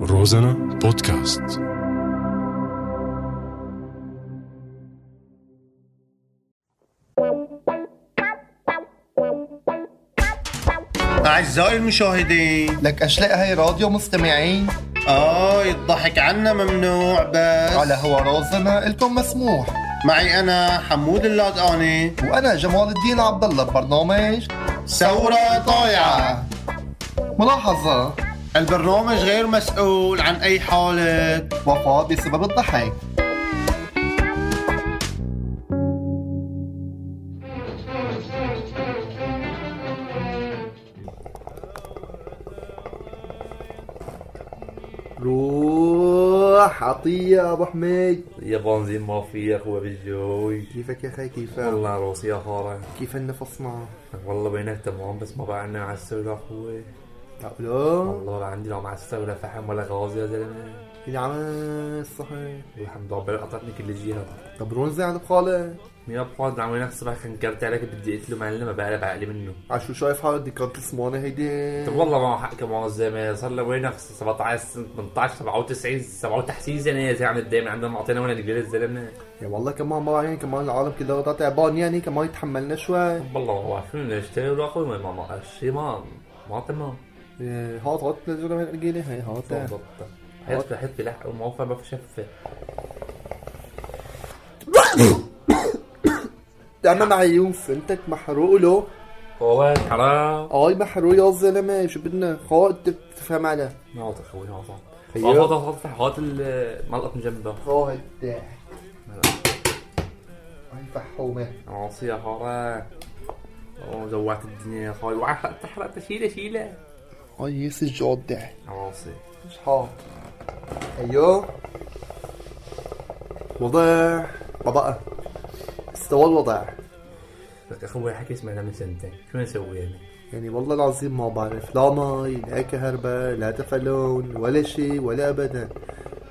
روزانا بودكاست أعزائي المشاهدين لك اشلاء هاي راديو مستمعين آي الضحك عنا ممنوع بس على هو رازنا الكم مسموح معي أنا حمود اللادقاني وانا جمال الدين عبد الله ببرنامج ثورة طايعة ملاحظه البرنامج غير مسؤول عن أي حالة وفاه بسبب الضحك روح عطية يا ابو حميد يا بنزين ما في اخوة بالجوي كيفك يا اخي كيفك والله روسي يا خارة كيف النفسنا والله بينك تمام بس ما بقى عندنا معسل ولا اخوة طيب، تعالوا والله بقى عندي لا معسل ولا فحم ولا غاز يا زلمة اللي عمل صحيح والحمد لله قطعتني كل جهة طب رونزي عند بخالة مين ابو خالد عمري نفسي بقى كنكرت عليك بدي قلت له معلم ما بقى بعقلي منه عشو شايف حالك دي كانت السمانة هيدي طب والله ما حقك ما الزلمة صار له وين 17 سنة 18 97 97 سنة يا زلمة عم الدايم عندنا معطينا وين كبير الزلمة يا والله كمان ما يعني كمان العالم كلها وضع تعبان يعني كمان يتحملنا شوي والله ما بعرف شنو اشتري ولا اخوة ما ما- ما الشيء ما ما تمام إيه، هات هات لجنة من القيلة هي هات بالضبط حيط حيط بلحق وموفر ما في شفه انا معي يوسف انتك محروق له والله حرام اي محروق يا زلمة شو بدنا خاط تفهم على ناطق اخوي ناطق خيو. ناطق ناطق هات الملقط من جنبه خاط تاعي اي فحومة عاصي يا حرام اوه جوعت الدنيا يا خاي وعرق تحرق شيله شيله اي سجاد تاعي عاصي اصحاب ايوه وضع وضع استوى الوضع لك اخوي حكي سمعنا من سنتين شو نسوي يعني يعني والله العظيم ما بعرف لا مي لا كهرباء لا تفلون ولا شيء ولا ابدا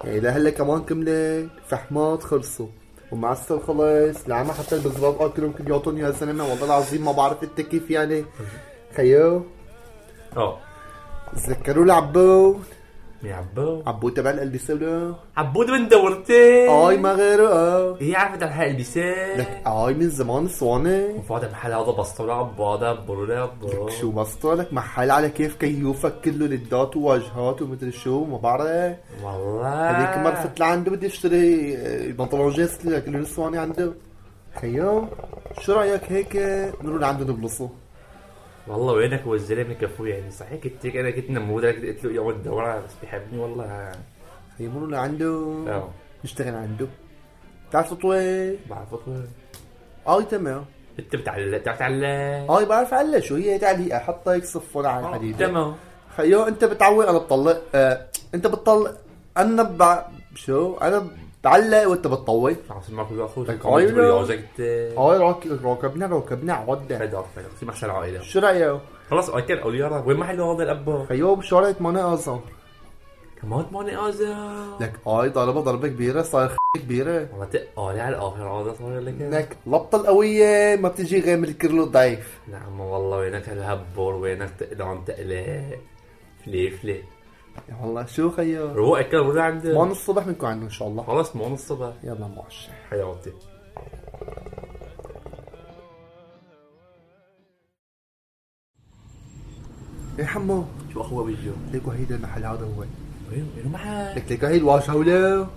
يعني لهلا كمان كملت فحمات خلصوا ومعسل خلص لعما حتى البزرات اكلهم كل يعطوني يا زلمه والله العظيم ما بعرف انت كيف يعني خيو اه تذكروا العبو يا عبود عبو تبع الالبسه ولا عبود من دورتين اي ما غيره اه هي عرفت على البسات لك اي من زمان صواني وفاضي محل هذا بسطوله عبود عبود عبود شو بسطوا لك محل على كيف كيوفك كله للدات وواجهات ومدري شو ما بعرف والله هذيك مرة آه. رحت لعنده بدي اشتري آه، بنطلون جينز لك اللي نسواني عنده خيو شو رايك هيك نروح لعنده نبلصه والله وينك هو الزلمه كفو يعني صحيح كنت هيك انا كنت نموذج كنت قلت له يقعد الدوره بس بيحبني والله خيو نروح لعنده اه نشتغل عنده بتعرف تطوي؟ بعرفك اي تمام آه، انت بتعلق بتعرف تعلق اي بعرف علق شو هي تعليقه حط هيك صفون على آه، الحديد تمام خيو انت بتعوق انا بطلق آه. انت بتطلق انا ب... شو انا بعلق وانت بتطوي عم سمعك كل اخوك لك عم تقول لي عيلة. عاوزك ت- هاي راك- راكبنا راكبنا عدة فدر فدر في محشر عائله شو رايك؟ خلاص اكل او يارا وين محل هذا الاب خيو بشارع مناقة صار كمان ماني ازا لك اي ضربة ضربة كبيرة صار خ- كبيرة والله تقالي على الاخر هذا صار لك لك لبطة القوية ما بتجي غير من الكيلو الضعيف نعم والله وينك هالهبور وينك تقلان تقلق فليفلي يا والله شو خيو؟ روح اكل روح عنده مان الصبح بنكون عنده ان شاء الله خلاص مون الصبح يلا معش حياتي يا إيه حمو شو اخوه بالجو ليكو هيدا المحل هذا هو وين وين معك لك ليكو هي الواجهة ولا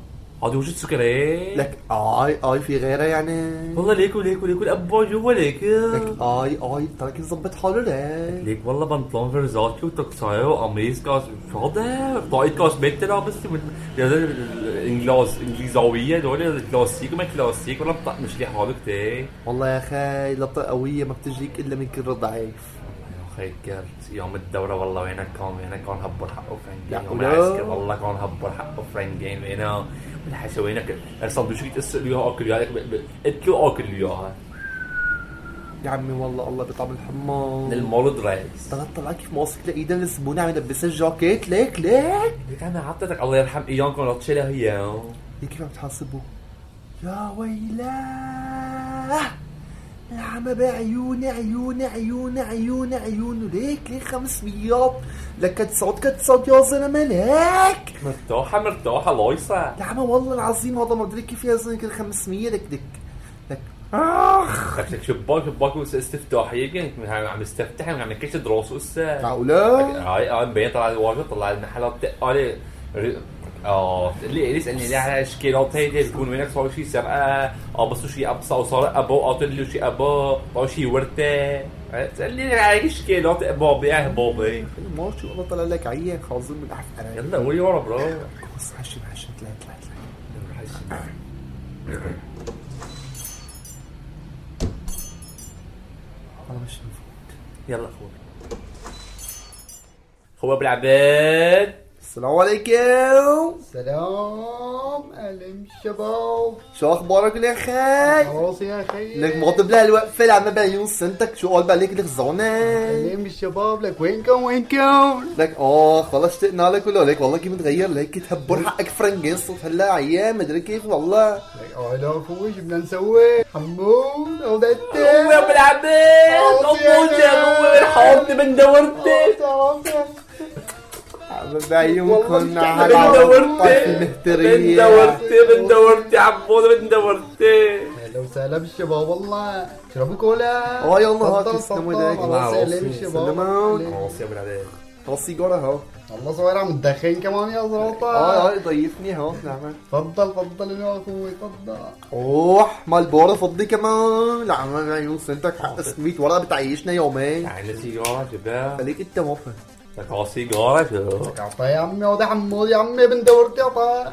هذا وجود سكري لك اي اي في غيرها يعني والله ليك وليك وليك الابو جوا ليك لك اي اي ترك يظبط حاله لك ليك والله بنطلون فيرزاتشي وتكساية وقميص كاس فاضي طاقية كاس بيت لابس من يا زلمة الانجلاز انجليزاوية دول كلاسيك وما كلاسيك ولا بطق مش لي حالك تي والله يا اخي لبطة قوية ما بتجيك الا من كيلو ضعيف خيكر يوم الدورة والله وينك كان وينك كان هبر حقه فرنجين لا يوم ولا. العسكر والله كان هبر حقه فرنجين وينا والحس وينك السندوتش كنت اسأل وياها اكل وياها قلت له اكل وياها يا عمي والله الله بيطعم الحمام المولد رايس طلعت طلعت كيف ماسك لايدها الزبونه عم يلبسها الجاكيت ليك ليك ليك انا عطيتك الله يرحم ايامكم لا تشيلها هي ليك كيف عم تحاسبه يا ويلاه نعم بعيون عيون عيون عيون عيون ليك ليك خمس ميات لك كتسعود كتسعود يا زلمه ليك مرتاحه مرتاحه لايصه نعم والله العظيم هذا ما ادري كيف يا زلمه كل 500 لك دك لك اخ لك شباك شباك استفتاحيه كانت من- عم استفتح عم نكش دراسه هسه معقولة؟ هاي اه مبين طلع الواجهه طلع لنا حلقه بتقالي اه اللي يسالني ليه على اشكالات هيدي بكون منك صار شي سرقه اه بس شي ابصا وصار ابو قاتل له آه، شي ابو صار شي ورثه اه، تسالني ليه على اشكالات بابي اه بابي ما شو الله طلع لك عيان خازن من احف انا يلا قولي ورا برو بس عشي عشي طلع طلع طلع انا مش مفوت يلا اخوي اخوي بالعباد السلام عليكم سلام أهلا شباب شو اخبارك يا خي خلاص يا خي لك مغضب لها الوقفه العمى بعيون سنتك شو قلب عليك لك زونة الشباب لك وينكم وينكم لك اه خلاص اشتقنا لك ولا لك والله كيف متغير لك تهبر حقك فرنجين صوت هلا عيان مدري كيف والله اه لا فوق شو بدنا نسوي حمود او اخوي بالعباد طموش يا اخوي حاضني من دورتك بعيونكم على من العرطة دورتي من المهترية دورتي من دورتي عمود من دورتي اهلا وسهلا بالشباب والله اشربوا كولا اه يلا هات تفضل، تسلموا تفضل. ايديك الله الله يسلم يسلمك. الشباب سلمون. الله خلاص يا بالعباد توصي جورا هو الله صغير عم تدخن كمان يا اه زراطة اه ضيفني هو نعم تفضل تفضل يا اخوي تفضل روح مال بورا فضي كمان لا ما بعيون سنتك حق 600 ورقة بتعيشنا يومين يعني سيجارة شباب خليك انت موفق لك اه سيجارة شباب اعطى يا عمي وده حمود يا عمي بنت ورد اعطى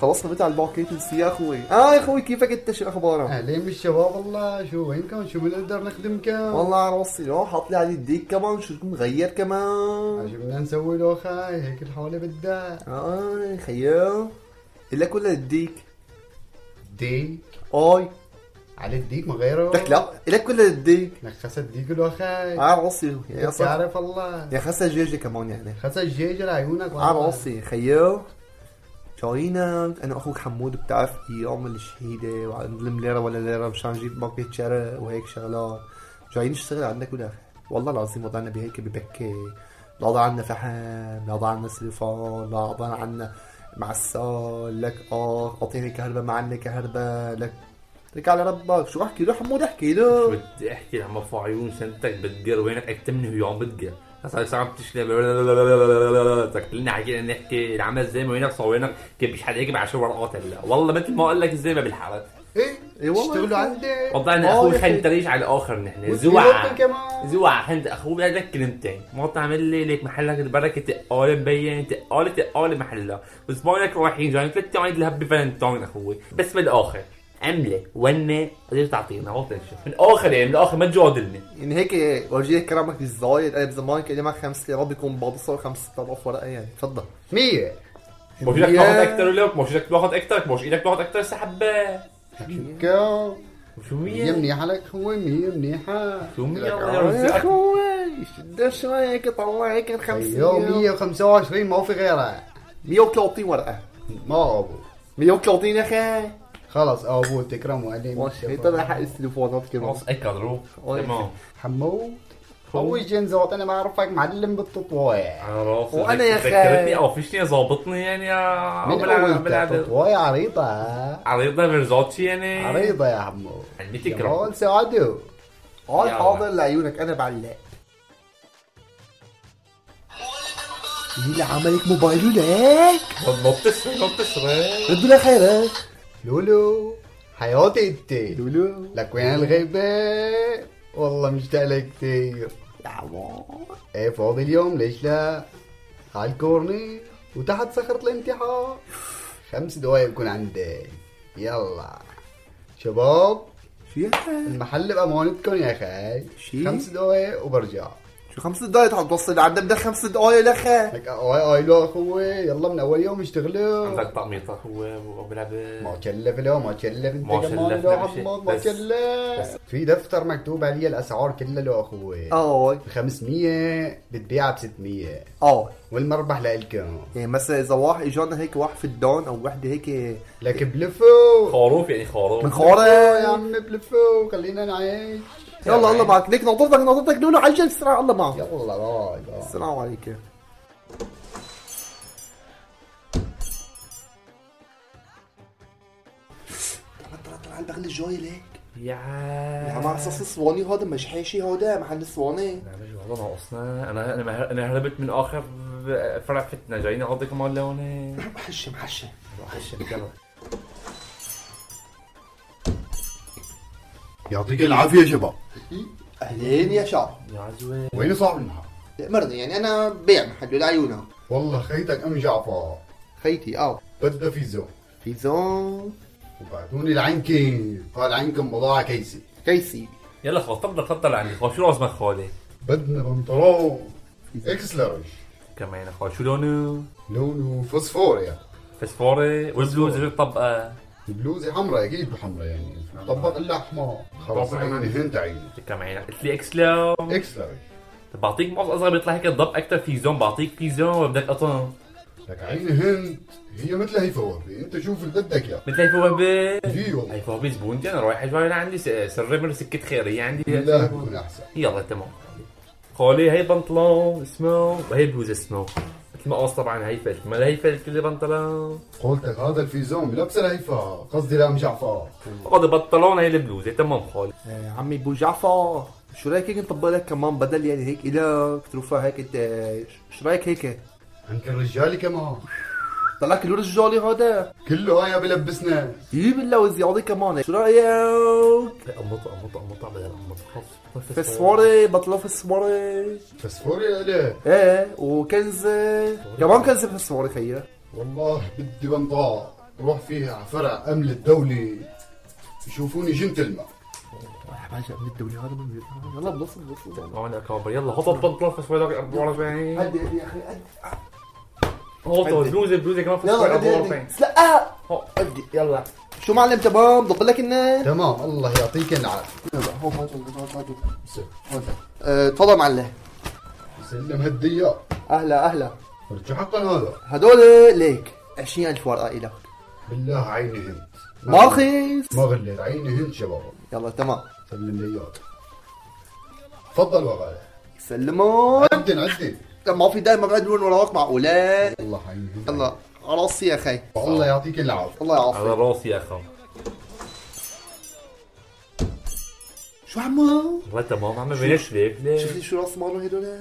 خلاص نمت على الباكيت نسي يا اخوي اه يا اخوي كيفك انت شو اخبارك اهلين بالشباب والله شو وينكم شو بنقدر نخدمكم والله على راسي روح حط لي على يديك كمان شو مغير كمان شو بدنا نسوي لو خاي هيك الحالة بدها اه خيال لك ولا لديك ديك اي على الديك ما غيره لك لا لك ولا لديك نخس الديك لو خاي على راسي يا صاحبي بتعرف الله يا خسر جيجي كمان يعني خس الجيجة لعيونك والله. على راسي خيو جايينك انا اخوك حمود بتعرف يوم الشهيده وعندلم ليره ولا ليره مشان نجيب باكيت شرق وهيك شغلات جايين نشتغل عندك ولا خير. والله العظيم وضعنا بهيك ببكي لا ضاع عنا فحم لا ضاع عنا سليفون لا ضاع عنا معسال لك اه قاطعين كهرباء ما عنا كهرباء لك لك على ربك شو احكي له حمود احكي له بدي احكي لما في عيون شنتك بتقر وينك اكتمني هي عم بتقر صار صار عم تشلم تك لنا حكينا نحكي العمل زي ما وينك صار وينك كيف مش حدا يجيب 10 ورقات هلا والله مثل ما قال لك زي ما بالحلقه ايه إيه والله. اشتغلوا عندي وضعنا آه، اخوي يا أخي. خنتريش على الاخر نحن وفي زوعه وقت كمان. زوعه خنت اخوي قال لك كلمتين ما تعمل لي ليك محلك البركه تقال مبين تقال تقال محلها وزباينك رايحين جايين ثلاث عيد الهبي فالنتاين اخوي بس بالاخر عمله ونه قدرت تعطينا هو تنشوف من الاخر يعني من الاخر ما تجادلني يعني هيك ورجيك كرمك الزايد انا بزمان كان معك خمس ليرات بيكون بعض صار 5000 ورقه يعني تفضل مية مش ايدك تاخذ اكثر ولا مش ايدك تاخذ اكثر مش ايدك تاخذ اكثر سحبه كم شو مية مين؟ منيحة لك اخوي مية منيحة شو مين؟ لك الله يا يرزقك. اخوي شد شوي هيك طلع هيك الخمسين يوم 125 ما في غيرها 130 ورقه ما ابو 130 يا اخي خلص ابو تكرم وعليه ماشي طلع حق التليفونات كمان خلاص اكل روح أوه. تمام حمود اول شيء نزوت انا بعرفك معلم بالتطوايع على راسي وأنا يا أخي. ذكرتني او فيشني ظابطني يعني من يا اول بلعب تطوايع عريضة ها؟ عريضة مرزوتشي يعني عريضة يا حمود يعني تكرم كمان سعدوا قال يلا. حاضر لعيونك انا بعلق يلعن عليك موبايله لك ما بتسرق ما بتسرق ردوا لك خيرك لولو حياتي انت لولو لك وين الغيبة والله مشتاق لك كتير دعوة ايه فاضي اليوم ليش لا على الكورني وتحت صخرة الامتحان خمس دقايق بكون عندك يلا شباب شو يا أخي؟ المحل بأمانتكم يا أخي شي؟ خمس دقايق وبرجع شو خمس دقايق حتوصل عندنا بدك خمس دقايق لخا لك اوي اوي لو اخوي يلا من اول يوم اشتغلوا عندك تقميطة هو وبلعب ما كلف له ما كلف انت ما كمان كلفنا لو بشيء. عمر ما بس- بس- كلف في دفتر مكتوب عليه الاسعار كلها لو اخوي اه 500 بتبيعها ب 600 اه والمربح لإلكم يعني مثلا اذا واحد اجانا هيك واحد في الدون او وحده هيك لك إيه. بلفوا خروف يعني خروف من بلفوا يا خورة عم بلفوا خلينا نعيش يلا الله معك ليك نظرتك نظرتك لولو على الجلسة الله معك يلا باي باي السلام عليكم عندك الجوي ليك يا يا عم على اساس الصواني هذا مش حاشي هذا محل الصواني نعمل والله ناقصنا انا انا انا هربت من اخر فرع فتنه جايين اقضي كمان لون محشي محشي يعطيك العافيه يا شباب اهلين يا شعب يا عزوة وين صاحب المحل؟ مرني يعني انا بيع محله لعيونه والله خيتك ام جعفر خيتي اه بدها فيزا في زون وبعتوني لعينكم قال عينكم بضاعه كيسه كيسي يلا خلاص تفضل تفضل عندي خلاص شو لازمك خالي بدنا بنطلون اكس لارج كمان خلاص شو لونه لونه يعني. فوسفوريا فسفوري والبلوز غير طبقه البلوزه حمراء اكيد حمراء يعني طبق الا احمر خلاص عيني هنت عيني كمان قلت لي اكس لو اكس لارج بعطيك معظم اصغر بيطلع هيك الضب اكثر في زون بعطيك في زون بدك قطن لك عيني هنت هي مثل هي فوابي انت شوف اللي بدك اياه مثل هي فوابي في والله هي فوابي زبونتي انا رايح اجوا انا عندي س- سري من سكه خيريه عندي لا يكون احسن يلا تمام خولي هي بنطلون اسمه وهي بلوزه اسمه مثل ما قص طبعا هي آه، فلت ما لا هي فلت كله بنطلون قولتك هذا الفيزون لابسه لهيفا قصدي لام جعفر هذا بنطلون هي البلوزه تمام خولي آه، عمي ابو جعفر شو رايك هيك نطبق لك كمان بدل يعني هيك الك تروفا هيك انت شو رايك هيك عنك الرجالي كمان طلع لك الرجالي هذا كله هاي بلبسنا يجيب الله وزياضي كمان شو رايك امط امط امط بدل امط خلص في الصواري بطلوا في الصواري فسفوريا ليه ايه وكنزه كمان كنزه في الصواري خيي والله بدي بنطاق روح فيها على فرع امن الدولي يشوفوني جنتلمان حاجه من الدولي هذا من طيب. يلا بنص بنص ما عملنا كوبر يلا هطط بنطلون فسفوري 44 هدي هدي يا اخي هدي هطط بلوزه بلوزه كمان فسفوري يلا هدي 44 هدي سلقها هو. هدي يلا آه. شو معلم تمام ضب لك الناس تمام الله يعطيك العافيه يلا هو هاتوا هاتوا هاتوا هاتوا. أه، تفضل معلم سلم هالديار اهلا اهلا ارجع حقا هذا هدول ليك 20000 ورقه الك بالله عيني هند ما رخيص ما غليت عيني هند شباب يلا تمام سلم لي اياك تفضل وغالي سلمون عدن عدن ما في دايما قاعد من وراك معقوله الله عيني هند يلا راسي يا اخي الله يعطيك العافيه الله يعافيك على راسي يا اخو شو عمو؟ والله تمام عم بلاش ليك شوف ليش لي شو راس مالهم هدول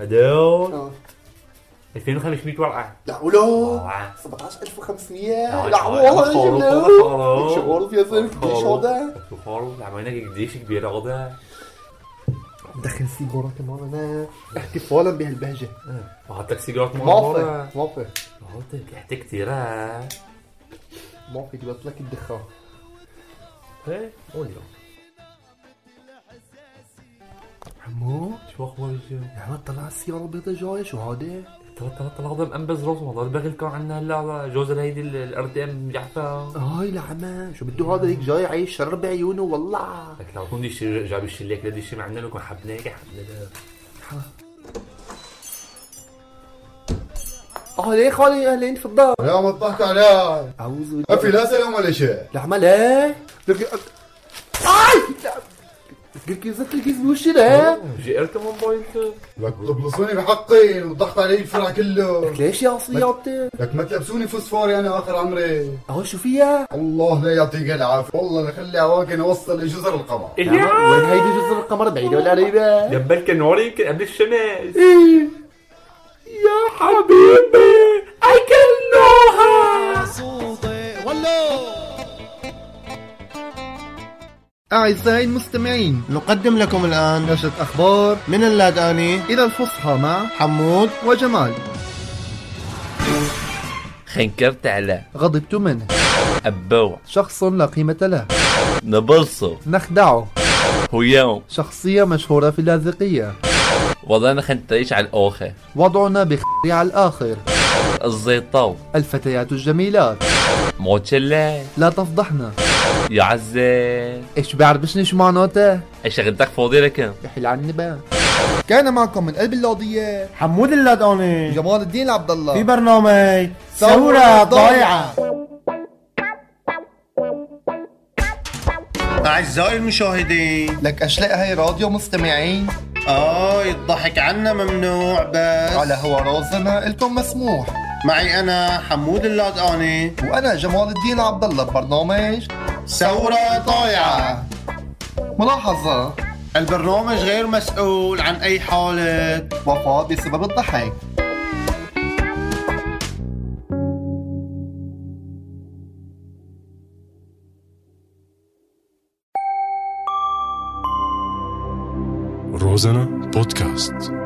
هدول آه. 2500 ورقه لا ولو آه. 17500 آه، لا آه، والله خروف، جبناه خروف. شو غلط يا زلمه خروف. قديش هذا؟ شو خروف عملنا لك قديش كبيره غدا دخل سيجاره كمان انا احتفالا بهالبهجه وحط لك سيجارات من ما برا في ما في قلت لك احتي كثير ها ما في جبت لك الدخان ايه قول له عمو شو اخبار الجو؟ يا عم طلع السياره بيضة جايه شو هذا؟ ترى ترى ترى هذا مقنبز راسه والله البغل كان عندنا هلا على جوز هيدي الار تي ام جحفه هاي لعمة شو بده هذا هيك جاي عايش شر بعيونه والله لك لو كون دي الشي- جاب الشليك لدي الشي معنا لو كان حبنا هيك حبنا له. اه ليه خالي اهلين في الدار يا ما تضحك علي اعوذ ما في لا سلام ولا شيء لعمة لا لك اي لا. الكيزات الكيز بوشي لا جئرته من بايته لك تبلصوني بحقي وضحت علي الفرع كله ليش يا عصياتي؟ لك ما تلبسوني فوسفوري انا اخر عمري اهو شو فيها؟ الله لا يعطيك العافيه والله نخلي هواك نوصل لجزر القمر يا وين هيدي جزر القمر بعيدة ولا قريبة؟ جنب الكنوري يمكن قبل الشمس يا حبيبي I can know her أعزائي المستمعين نقدم لكم الآن نشرة أخبار من اللادقاني إلى الفصحى مع حمود وجمال خنكرت على غضبت منه أبوع شخص لا قيمة له نبلصه نخدعه هو يوم شخصية مشهورة في اللاذقية وضعنا خنتريش على الآخر وضعنا بخري على الآخر الزيطاو الفتيات الجميلات موتشلا لا تفضحنا يا عزال إيش بعربشني شو معناته شغلتك فاضي لكن يحل عني بقى كان معكم من قلب اللوضية حمود اللادقوني جمال الدين عبد في الله برنامج ثورة ثورة ضايعة. ضايعة أعزائي المشاهدين لك أشلاء هاي راديو مستمعين آه الضحك عنا ممنوع بس على هو رازنا إلكم مسموح معي أنا حمود اللادقاني وأنا جمال الدين عبد الله ببرنامج ثورة ضايعة ملاحظة البرنامج غير مسؤول عن أي حالة وفاة بسبب الضحك Розана подкаст.